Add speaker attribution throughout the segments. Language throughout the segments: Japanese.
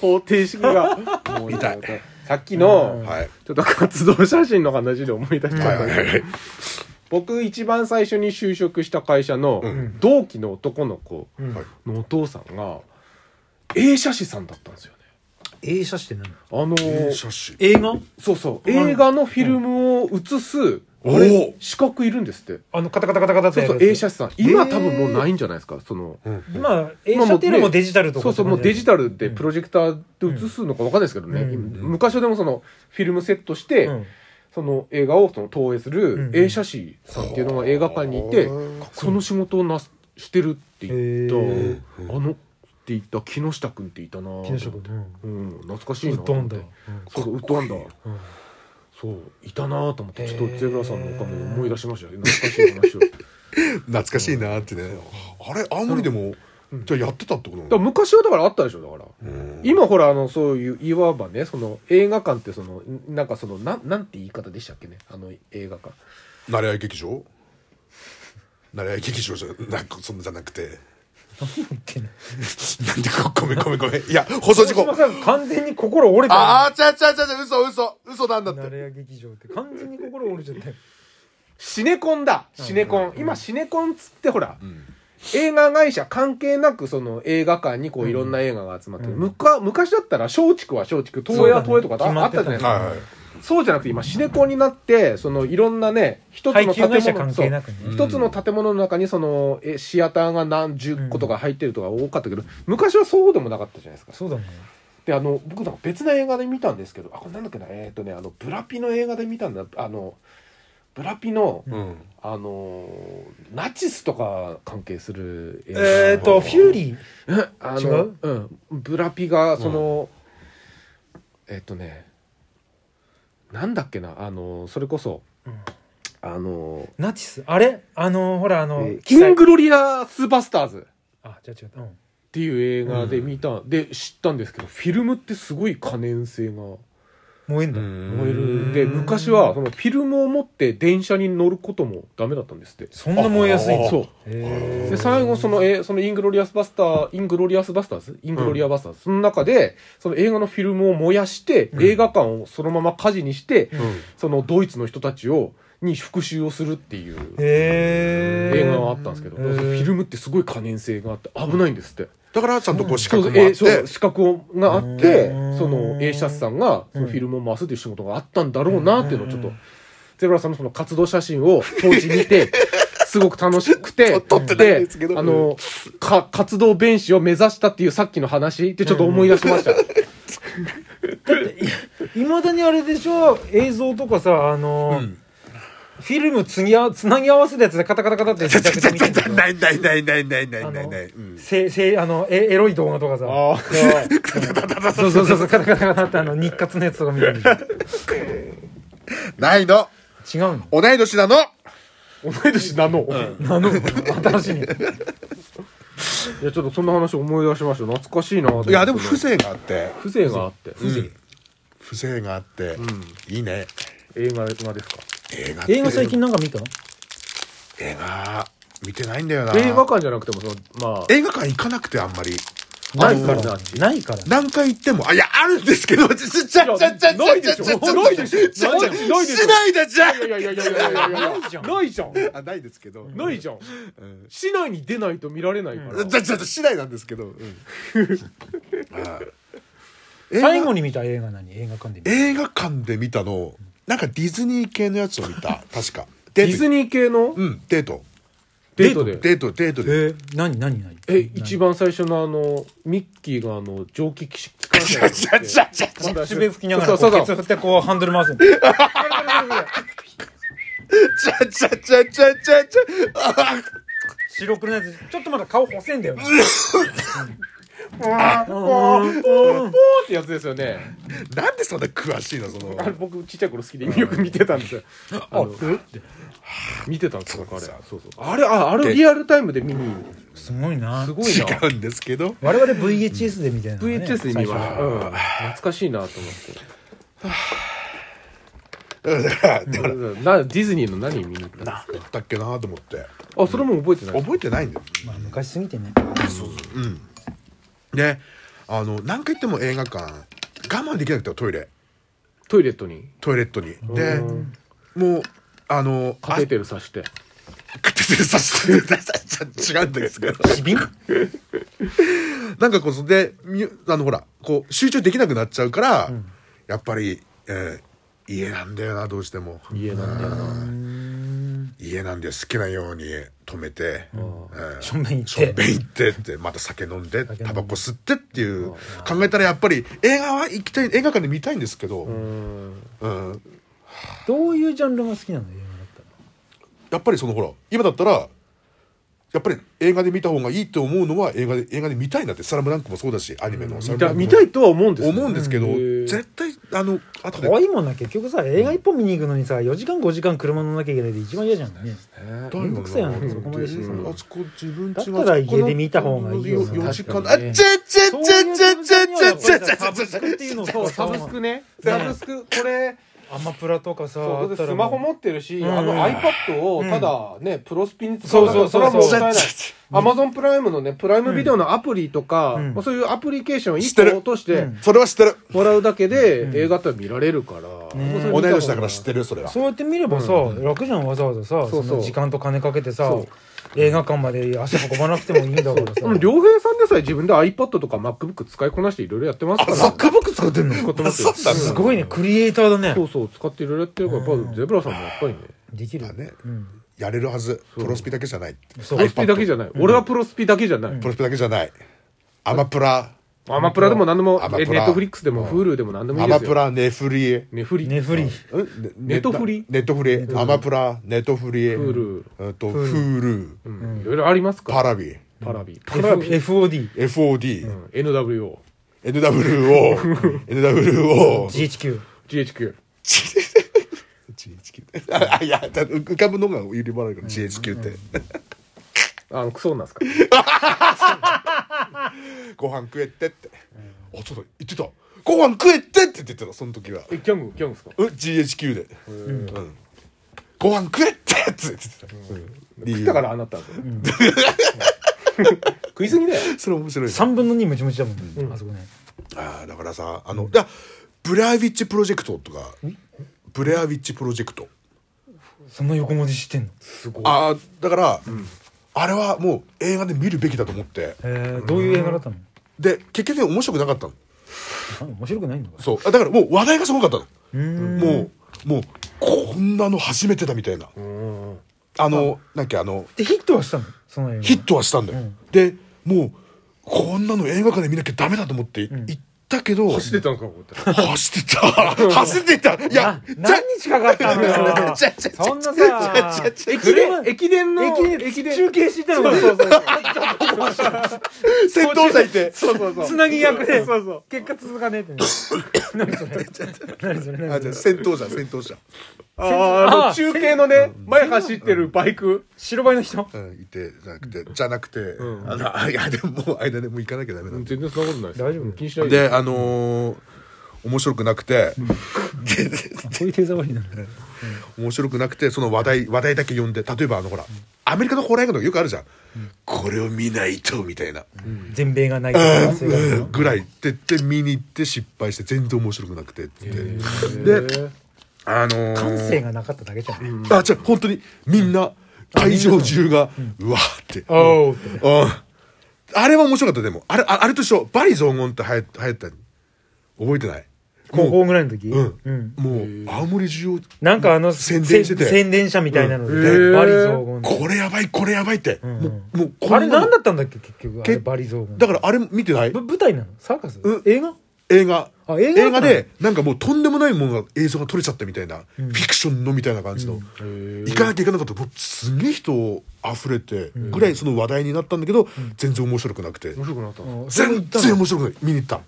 Speaker 1: 方程式がもう
Speaker 2: 痛い
Speaker 1: さっきの、
Speaker 2: はいはい
Speaker 1: ちょっと活動写真の話で思い出し
Speaker 2: はい
Speaker 1: たんだけど、
Speaker 2: はい
Speaker 1: 僕一番最初に就職した会社の
Speaker 2: ん
Speaker 1: 同期の男の子
Speaker 3: うん
Speaker 2: はい
Speaker 1: のお父さんが映写師さんだったんですよね。
Speaker 3: 映写して何
Speaker 1: あのー
Speaker 2: 写真
Speaker 3: 映画
Speaker 1: そうそう映画のフィルムを映す、
Speaker 2: うん
Speaker 1: あ
Speaker 2: お
Speaker 1: れ
Speaker 2: お
Speaker 1: 資格いるんですって。
Speaker 3: あのカタカタカタカタって
Speaker 1: そう
Speaker 3: やる
Speaker 1: そう映
Speaker 3: やつ
Speaker 1: 写師さん今多分もうないんじゃないですかその。
Speaker 3: まあ映写っていうのもデジタルとか
Speaker 1: そうそうもうデジ
Speaker 3: タ
Speaker 1: タルでプロジェクターで映すのかわかんないですけどね、
Speaker 3: うん
Speaker 1: 昔はでもそのフィルムセットして、その映画をその投影する
Speaker 3: うん
Speaker 1: 映写師さんっていうのが映画館にいて、
Speaker 2: うん
Speaker 1: その仕事をなすしてるって言った、
Speaker 3: へー
Speaker 1: あのって言った木下君っていたなぁ
Speaker 3: 木下君
Speaker 1: うん懐かしい
Speaker 3: うん
Speaker 1: な
Speaker 3: ウッドアンダー
Speaker 1: そうそうウッドアンダー
Speaker 3: うん
Speaker 1: そういたなぁと思ってちょっ
Speaker 3: へー
Speaker 1: とゼブラさんのおかも思い出しましたよ懐 かしい話をだか
Speaker 2: 懐かしいなってねあれ青森でもじゃあやってたってことな
Speaker 1: ら
Speaker 2: の
Speaker 1: 昔はだからあったでしょだから
Speaker 2: うん
Speaker 1: 今ほらあのそういういわばねその映画館ってそのなんかそのなんなんて言い方でしたっけねあの映画館
Speaker 2: 慣れ合い劇場慣れ合い劇場じゃなんかそんなじゃなくて
Speaker 3: 何言ってんの
Speaker 2: なんでこごめんごめんごめんいや放送事故
Speaker 3: 大島さん完全に心折れた
Speaker 2: ああちゃちゃちゃちゃ嘘嘘嘘なんだっ
Speaker 3: な
Speaker 2: て
Speaker 3: れや劇場って完全に心折れちゃったよ
Speaker 1: シネコンだシネコン、今シネコンっつってほら、映画会社関係なくその映画館にこういろんな映画が集まってる、むか昔だったら松竹は松竹東映は東映とか
Speaker 3: そうだね
Speaker 1: ああったじゃないです
Speaker 2: は
Speaker 1: か
Speaker 2: いはい
Speaker 1: そうじゃなくて今シネコンになってそのいろんなね一つ
Speaker 3: 配
Speaker 1: の
Speaker 3: 給
Speaker 1: 建
Speaker 3: 会社
Speaker 1: 物
Speaker 3: 関
Speaker 1: そ
Speaker 3: 係
Speaker 1: う
Speaker 3: なくね
Speaker 1: 一つの建物の中にそのえシアターが何十個とか入ってるとか多かったけど、昔はそうでもなかったじゃないですか
Speaker 3: そうだね
Speaker 1: であの僕なんか別な映画で見たんですけどあこれなんだっけなえーっ、とねあのブラピの映画で見たんだあのブラピの、
Speaker 2: うん
Speaker 1: あのーナチスとか関係する映画
Speaker 3: えーっとフューリー
Speaker 1: あの
Speaker 3: 違う
Speaker 1: うん、ブラピがその、えーっとねなんだっけなあのーそれこそ、
Speaker 3: うん
Speaker 1: あの
Speaker 3: ナチスあれあのほらあ
Speaker 1: ー
Speaker 3: の
Speaker 1: えーキングロリアスーパースターズ」
Speaker 3: あじゃあ違ったうん
Speaker 1: っていう映画で見た、で知ったんですけどフィルムってすごい可燃性が
Speaker 3: 燃えんだ
Speaker 1: 燃え
Speaker 2: 燃
Speaker 1: るで昔はそのフィルムを持って電車に乗ることもダメだったんですって
Speaker 3: そんな燃えやすいんだ
Speaker 2: あ
Speaker 1: そう
Speaker 3: へ
Speaker 1: で最後そのえーそのイングロリアスバスターイングロリアスバスターズイングロリアバスターズ、その中でその映画のフィルムを燃やして、映画館をそのまま火事にして、そのドイツの人たちをに復讐をするっていう
Speaker 3: え
Speaker 1: 映画があったんですけど、
Speaker 3: へー
Speaker 1: フィルムってすごい可燃性があって危ないんですって、
Speaker 2: だからちゃんとこう資
Speaker 1: そう
Speaker 2: 格
Speaker 1: そう
Speaker 2: もあ
Speaker 1: え
Speaker 2: っ
Speaker 1: ーそう
Speaker 2: て
Speaker 1: 資格をがあって
Speaker 3: うん
Speaker 1: その映写師さんがそのフィルムを回すという仕事があったんだろうなっていうのをちょっとゼブラさんのその活動写真を当時見 てすごく楽しくて
Speaker 2: 撮ってないんですけど
Speaker 1: あのか活動弁士を目指したっていうさっきの話ってちょっと思い出しました、
Speaker 3: いまだにあれでしょ映像とかさあの
Speaker 2: うん
Speaker 3: フィルムつぎあつなぎ合わせるやつでカタカタカタって自宅で見てるんだけど
Speaker 2: ないないないないないな
Speaker 3: あ
Speaker 2: いない
Speaker 3: の
Speaker 2: ないうん
Speaker 3: せせあのエエロい動画とかさ
Speaker 1: ああ
Speaker 3: そうそうそうそうカタカタカタってあの日活のやつとか見てるんだけど
Speaker 2: ないの
Speaker 3: 違うの
Speaker 2: 同い年なの
Speaker 1: 同い年なの、い
Speaker 3: あの新しいね
Speaker 1: やちょっとそんな話思い出しました懐かしいなと思って
Speaker 2: いやでも風情があって
Speaker 1: 風情があって、
Speaker 2: うん風情があっていいね
Speaker 1: 映画ですか
Speaker 2: 映画って
Speaker 3: 映画最近なんか見た
Speaker 2: 映画見てないんだよな
Speaker 1: 映画館じゃなくてもそのまあ
Speaker 2: 映画館行かなくてあんまり
Speaker 3: ないから
Speaker 1: あの
Speaker 3: ないから
Speaker 2: 何回行ってもあいやあるんですけどちちちゃちゃちゃちゃちゃ
Speaker 1: ないでしょ
Speaker 2: ちゃちゃ
Speaker 1: ないでしょ
Speaker 2: ちゃちゃ
Speaker 1: ないないでしょ
Speaker 2: しないだじゃん
Speaker 1: いやいやいやいやいやいや
Speaker 3: ないじゃん
Speaker 1: ないじゃん
Speaker 2: あないですけど
Speaker 1: ないじゃん、市内に出ないと見られないから、
Speaker 2: じゃじゃしないなんですけど うん
Speaker 3: 最後に見た映画何映画館で見た
Speaker 2: 映画館で見たのなんかディズニー系のやつを見た確か
Speaker 1: デ
Speaker 2: デ
Speaker 1: ィズ
Speaker 2: ニ
Speaker 1: ニー系の
Speaker 2: ーうんデート
Speaker 1: デートで
Speaker 2: デートデートで
Speaker 3: えー何何何
Speaker 1: え一番最初のあのミッキーがあの蒸気機関車に乗って
Speaker 2: じゃじゃじゃじゃ
Speaker 3: 口笛吹きながら
Speaker 1: そ
Speaker 3: こ
Speaker 1: う
Speaker 3: う
Speaker 1: そう
Speaker 3: ケツ振ってこうハンドル回すん
Speaker 2: じゃじゃじゃじゃじゃじゃあ
Speaker 3: 白黒のやつちょっとまだ顔細いんだよね
Speaker 1: ポーってやつですよね
Speaker 2: なんでそんな詳しいのその
Speaker 1: あれ僕ちっちゃい頃好きでよく見てたんですよあの見てたんですよあれ
Speaker 2: そう
Speaker 1: そうそうあれああれリアルタイムで見に
Speaker 3: すごいな
Speaker 1: すごいな
Speaker 2: 違うんですけど
Speaker 3: 我々 VHS で見たいな
Speaker 1: VHS で見ました、うん、懐かしいなと思
Speaker 2: だからだか
Speaker 1: ってなディズニーの何見に行ったんです
Speaker 2: らなんだったっけなと思って
Speaker 1: かあそれも覚えてない
Speaker 2: 覚えてないんだよ
Speaker 3: まあ昔すぎてね
Speaker 2: ねあの何回行っても映画館我慢できなくてトイレ
Speaker 1: トイレットに
Speaker 2: トイレットにでもうあの
Speaker 1: カテーテル刺して
Speaker 2: 片手で刺して違うんですけど
Speaker 3: 機敏
Speaker 2: なんかこうそれでみあのほらこう集中できなくなっちゃうから、やっぱり、えー家なんだよなどうしても
Speaker 1: 家なんだよな
Speaker 2: 家なんで好きなように止めて、うん
Speaker 3: しょんべん行って
Speaker 2: しょんべん行ってってまた酒飲んでタバコ吸ってっていう考えたらやっぱり映画は行きたい映画館で見たいんですけど、
Speaker 1: うん
Speaker 2: うん
Speaker 3: どういうジャンルが好きなの映画だったら
Speaker 2: やっぱりそのほら今だったらやっぱり映画で見た方がいいと思うのは映画で映画で見たいなって「スラムダンクもそうだしアニメの「スラ
Speaker 1: 見
Speaker 2: ム
Speaker 1: た
Speaker 2: ダンクも
Speaker 1: 見たいとは思うんですよ
Speaker 2: 思うんですけど、
Speaker 1: うん
Speaker 2: 絶対あの後で
Speaker 3: 可愛いもんな結局さ映画一本見に行くのにさ4時間5時間車乗んなきゃいけないで一番嫌じゃんね
Speaker 2: だよ
Speaker 3: めん
Speaker 2: な
Speaker 3: どくさいよねそこまでしてさ
Speaker 2: うんあそこ自分
Speaker 3: だった
Speaker 2: 家
Speaker 3: ら家で見た方がいいよな
Speaker 2: 4時間
Speaker 1: 確か
Speaker 2: あ
Speaker 1: にね
Speaker 2: ちゃちゃち
Speaker 3: そ
Speaker 2: ゃ
Speaker 3: ういう
Speaker 2: ちゃちゃちゃちゃちゃ
Speaker 3: サブスクっていうのをそう
Speaker 1: サブスクねサブスクこれ
Speaker 3: アマプラとかさ
Speaker 1: そう
Speaker 3: あ
Speaker 1: だ
Speaker 3: っ
Speaker 1: って
Speaker 3: たら
Speaker 1: スマホ持ってるし、
Speaker 3: ん
Speaker 1: あの iPad をただね、プロスピに使うだけ
Speaker 3: そう
Speaker 1: だ
Speaker 3: そ
Speaker 1: そうれは
Speaker 3: そうそ
Speaker 1: も
Speaker 3: う
Speaker 1: ったいない。アマゾンプライムのね、プライムビデオのアプリとか、
Speaker 3: ん
Speaker 1: まあ、そういうアプリケーション
Speaker 2: 知って
Speaker 1: 1
Speaker 2: る
Speaker 1: 個落として
Speaker 2: それは知ってる
Speaker 1: もらうだけで映画って見られるから、もうそれ見たこと
Speaker 2: 同い
Speaker 1: ない
Speaker 2: 年だから知ってるよそれは
Speaker 3: そうやって見ればさ、楽じゃんわざわざさ
Speaker 1: そうそう
Speaker 3: の時間と金かけてさ
Speaker 1: そ
Speaker 3: 映画館まで足運ばなくてもいいんだからさ
Speaker 1: うん良平さんでさえ自分で iPad とか MacBook 使いこなしていろいろやってますから。
Speaker 2: あそっか
Speaker 3: 僕使ってんの
Speaker 1: 使ってますよ
Speaker 2: あそうなんだ
Speaker 3: すごいねクリエイターだ
Speaker 1: そ
Speaker 3: ね
Speaker 1: うそう、使っていろいろやってるから、やっぱゼブラさんもやっぱりね。
Speaker 3: できる
Speaker 2: だね
Speaker 3: うん
Speaker 2: やれるはずプロスピだけじゃない
Speaker 3: そう
Speaker 1: プロスピだけじゃない。俺はプロスピだけじゃない。
Speaker 2: プロスピだけじゃないアマプラ
Speaker 1: アマプラでも何でも、
Speaker 2: アマ
Speaker 1: え
Speaker 2: プ
Speaker 1: ネ
Speaker 2: ラ
Speaker 1: ットフリックスでも、Hulu でも何でもい
Speaker 2: ア
Speaker 1: いで
Speaker 2: マ
Speaker 1: す
Speaker 2: プ
Speaker 1: よ。
Speaker 2: ラネフリー
Speaker 1: ネフリ。
Speaker 3: ねフリー
Speaker 1: ネットフリ
Speaker 2: ネットフリーアマプラネットフリー
Speaker 1: フ
Speaker 2: えっとフール
Speaker 1: うんいろいろありますから。
Speaker 2: パラビ
Speaker 1: パラビ。パラビ。
Speaker 3: F- FOD
Speaker 2: FOD
Speaker 1: NWO。
Speaker 2: NWO NWO
Speaker 3: GHQ
Speaker 1: GHQ。
Speaker 2: GHQ あいやだ浮かぶのが入り払うから GHQ って
Speaker 1: あの、クソ女ですか。
Speaker 2: ご飯食えってってあそうだ言ってたご飯食えってって言ってたその時は
Speaker 1: え、ギャング、ギャングですか
Speaker 2: うん GHQ でうんご飯食えってって言ってた
Speaker 1: 食ったからああなったんですよ。食いすぎだよ。
Speaker 2: それ面白いね
Speaker 3: 3分の2ムチムチだもん、あそこね
Speaker 2: ああだからさあのいやブレアウィッチプロジェクトとかブレアウィッチプロジェクト
Speaker 3: そんな横文字知ってんの
Speaker 1: すごい。
Speaker 2: ああだからあれはもう映画で見るべきだと思って
Speaker 3: えー、どういう映画だったの
Speaker 2: で結局面白くなかったの
Speaker 3: あ面白くないのか
Speaker 2: そうあだからもう話題がすごかったの
Speaker 3: うん
Speaker 2: もうもうこんなの初めてだみたいな
Speaker 1: うん。
Speaker 2: あのなんかあの
Speaker 3: でヒットはしたのその映画
Speaker 2: ヒットはしたんだよ、でもうこんなの映画館で見なきゃダメだと思って行ったけど、
Speaker 1: 走ってたんですか、こうやって。
Speaker 2: 走ってた 走ってたいや
Speaker 3: あ何日かかったのよ
Speaker 2: ちゃちゃちゃ
Speaker 3: そんなさ
Speaker 1: 駅伝、駅伝の、
Speaker 3: 駅伝
Speaker 1: 駅
Speaker 3: 中
Speaker 1: 伝。
Speaker 3: 継してたのか
Speaker 1: そうそうそう
Speaker 2: 先頭者いて
Speaker 1: そうそうそう。
Speaker 3: つなぎ役で
Speaker 1: そうそう。
Speaker 3: 結果続かねえってね何それ何それ
Speaker 2: あ
Speaker 3: 何
Speaker 2: じゃあ
Speaker 3: それ
Speaker 2: 先頭者先頭者、
Speaker 1: あーあ
Speaker 3: あ
Speaker 1: の、中継のね、前走ってるバイク。
Speaker 3: 白バイの人
Speaker 2: うん、いてじゃなくてじゃなくて、あのあいやでももう間でもう行かなきゃダメなんだ、
Speaker 1: 全然そんなことないです。
Speaker 3: 大丈夫
Speaker 1: 気にしないで。
Speaker 2: であのー面白くなくて、
Speaker 3: こういう手触りなの
Speaker 2: 面白くなくてその話題話題だけ読んで例えばあのほらアメリカのホラー映画とかよくあるじゃん、これを見ないとみたいな、
Speaker 3: 全米がないからそういう感じの
Speaker 2: ぐらいって言って見に行って失敗して全然面白くなくてって言って
Speaker 1: で、
Speaker 2: あのー、
Speaker 3: 感性がなかっただけじゃん
Speaker 2: あじゃ本当にみんな会場中がうわーって
Speaker 3: お
Speaker 2: う
Speaker 3: う
Speaker 2: んあれは面白かったでもあれああれと一緒バリ雑言ってはや流行った覚えてない
Speaker 3: 高
Speaker 2: も
Speaker 3: 校ぐらいの時
Speaker 2: う、う
Speaker 3: うんん、
Speaker 2: もう青森中央
Speaker 3: なんかあの
Speaker 2: 宣伝してて
Speaker 3: せ宣伝車みたいなので
Speaker 1: うん
Speaker 3: バリ雑言
Speaker 2: これやばいこれやばいって、
Speaker 3: ん
Speaker 2: もうもうこ
Speaker 3: あれ
Speaker 2: なの
Speaker 3: 何だったんだっけ結局あれ
Speaker 2: け
Speaker 3: バリ雑言
Speaker 2: だからあれ見てない
Speaker 3: ぶ舞台なのサーカス
Speaker 2: うん
Speaker 3: 映画
Speaker 2: 映画
Speaker 3: あ映画だったの
Speaker 2: でなんかもうとんでもないものが映像が撮れちゃったみたいな、フィクションのみたいな感じの、行かなきゃいけなかったもうすげえ人溢れてぐらいその話題になったんだけど、全然面白くなくて、
Speaker 1: 面白くなったの。
Speaker 2: 全然面白くない見に行った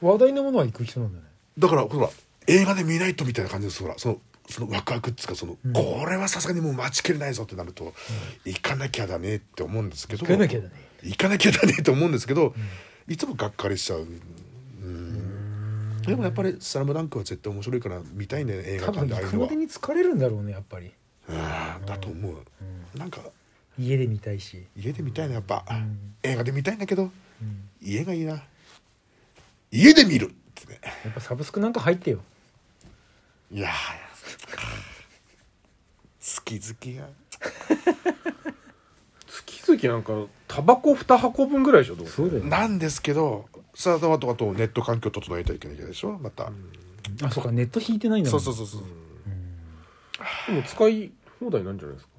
Speaker 3: 話題のものは行く人なんだね
Speaker 2: だからほら映画で見ないとみたいな感じですほらそのそのワクワクっつうかその、これはさすがにもう待ちきれないぞってなると、行かなきゃだねって思うんですけど
Speaker 3: 行かなきゃだね
Speaker 2: 行かなきゃだねって思うんですけど、いつもがっかりしちゃう、うんでもやっぱり「スラムダンクは絶対面白いから見たいね映画
Speaker 3: 多
Speaker 2: 館
Speaker 3: 分
Speaker 2: でああい
Speaker 3: 行
Speaker 2: う
Speaker 3: く
Speaker 2: の
Speaker 3: ま
Speaker 2: は
Speaker 3: でに疲れるんだろうねやっぱり
Speaker 2: うんだと思う、なんか
Speaker 3: 家で見たいし
Speaker 2: 家で見たいなやっぱ、映画で見たいんだけど、家がいいな家で見るってね
Speaker 3: やっぱサブスクなんか入ってよ
Speaker 2: いやー好き好きが
Speaker 1: 月々なんかタバコ2箱分ぐらいでしょどうせ
Speaker 3: うだよ
Speaker 2: なんですけどさあとあとあとネット環境整えたいけないでしょまた
Speaker 3: あそうかネット引いてないんだ
Speaker 2: そうそう
Speaker 3: う
Speaker 2: そうそう
Speaker 1: でも使い放題なんじゃないですか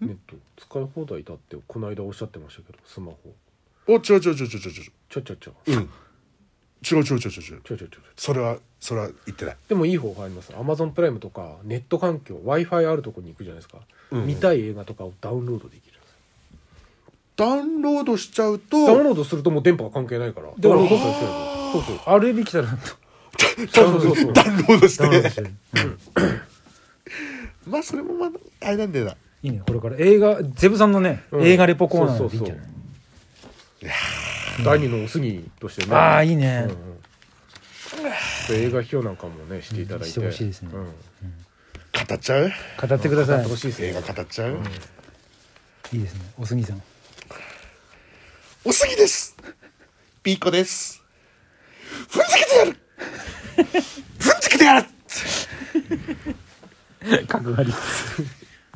Speaker 1: ネット使い放題だってこの間おっしゃってましたけどスマホ
Speaker 2: お違う違う違う違う違う
Speaker 1: ちゃちゃちゃ
Speaker 2: うん違う違う違う違う違
Speaker 1: ちゃちゃ
Speaker 2: う
Speaker 1: ちゃちゃ
Speaker 2: それはそれは言ってない
Speaker 1: でもいい方法ありますアマゾンプライムとかネット環境 w i f i あるとこに行くじゃないですか、
Speaker 2: ん
Speaker 1: 見たい映画とかをダウンロードできる
Speaker 2: ダウンロードしちゃう
Speaker 1: ダウン
Speaker 2: と
Speaker 1: ロードするともう電波が関係ないから
Speaker 3: だから
Speaker 1: ダウンロードするだけそうそう
Speaker 3: RAB 来たら
Speaker 2: ダ
Speaker 1: ダウ
Speaker 2: ウン
Speaker 1: ン
Speaker 2: ロ
Speaker 1: ロード
Speaker 2: ードし
Speaker 3: ダウンロードしててる
Speaker 2: まあそれもまああれなんだよない
Speaker 3: いねこれから映画ゼブさんのね、
Speaker 1: うん
Speaker 3: 映画レポコーナーでいいんじゃない
Speaker 1: そう第二のお杉としてね
Speaker 3: ああいいね、
Speaker 1: 映画表なんかもねしていただいて、
Speaker 3: してほしいですね
Speaker 1: うん
Speaker 2: 語っちゃう
Speaker 3: 語ってください
Speaker 1: やってほしいです
Speaker 2: 映画
Speaker 1: ね
Speaker 2: 語っちゃう
Speaker 3: いいですねおすぎさん
Speaker 2: おすぎですピーコですふんづけてやるふんづけてやる
Speaker 3: 角刈り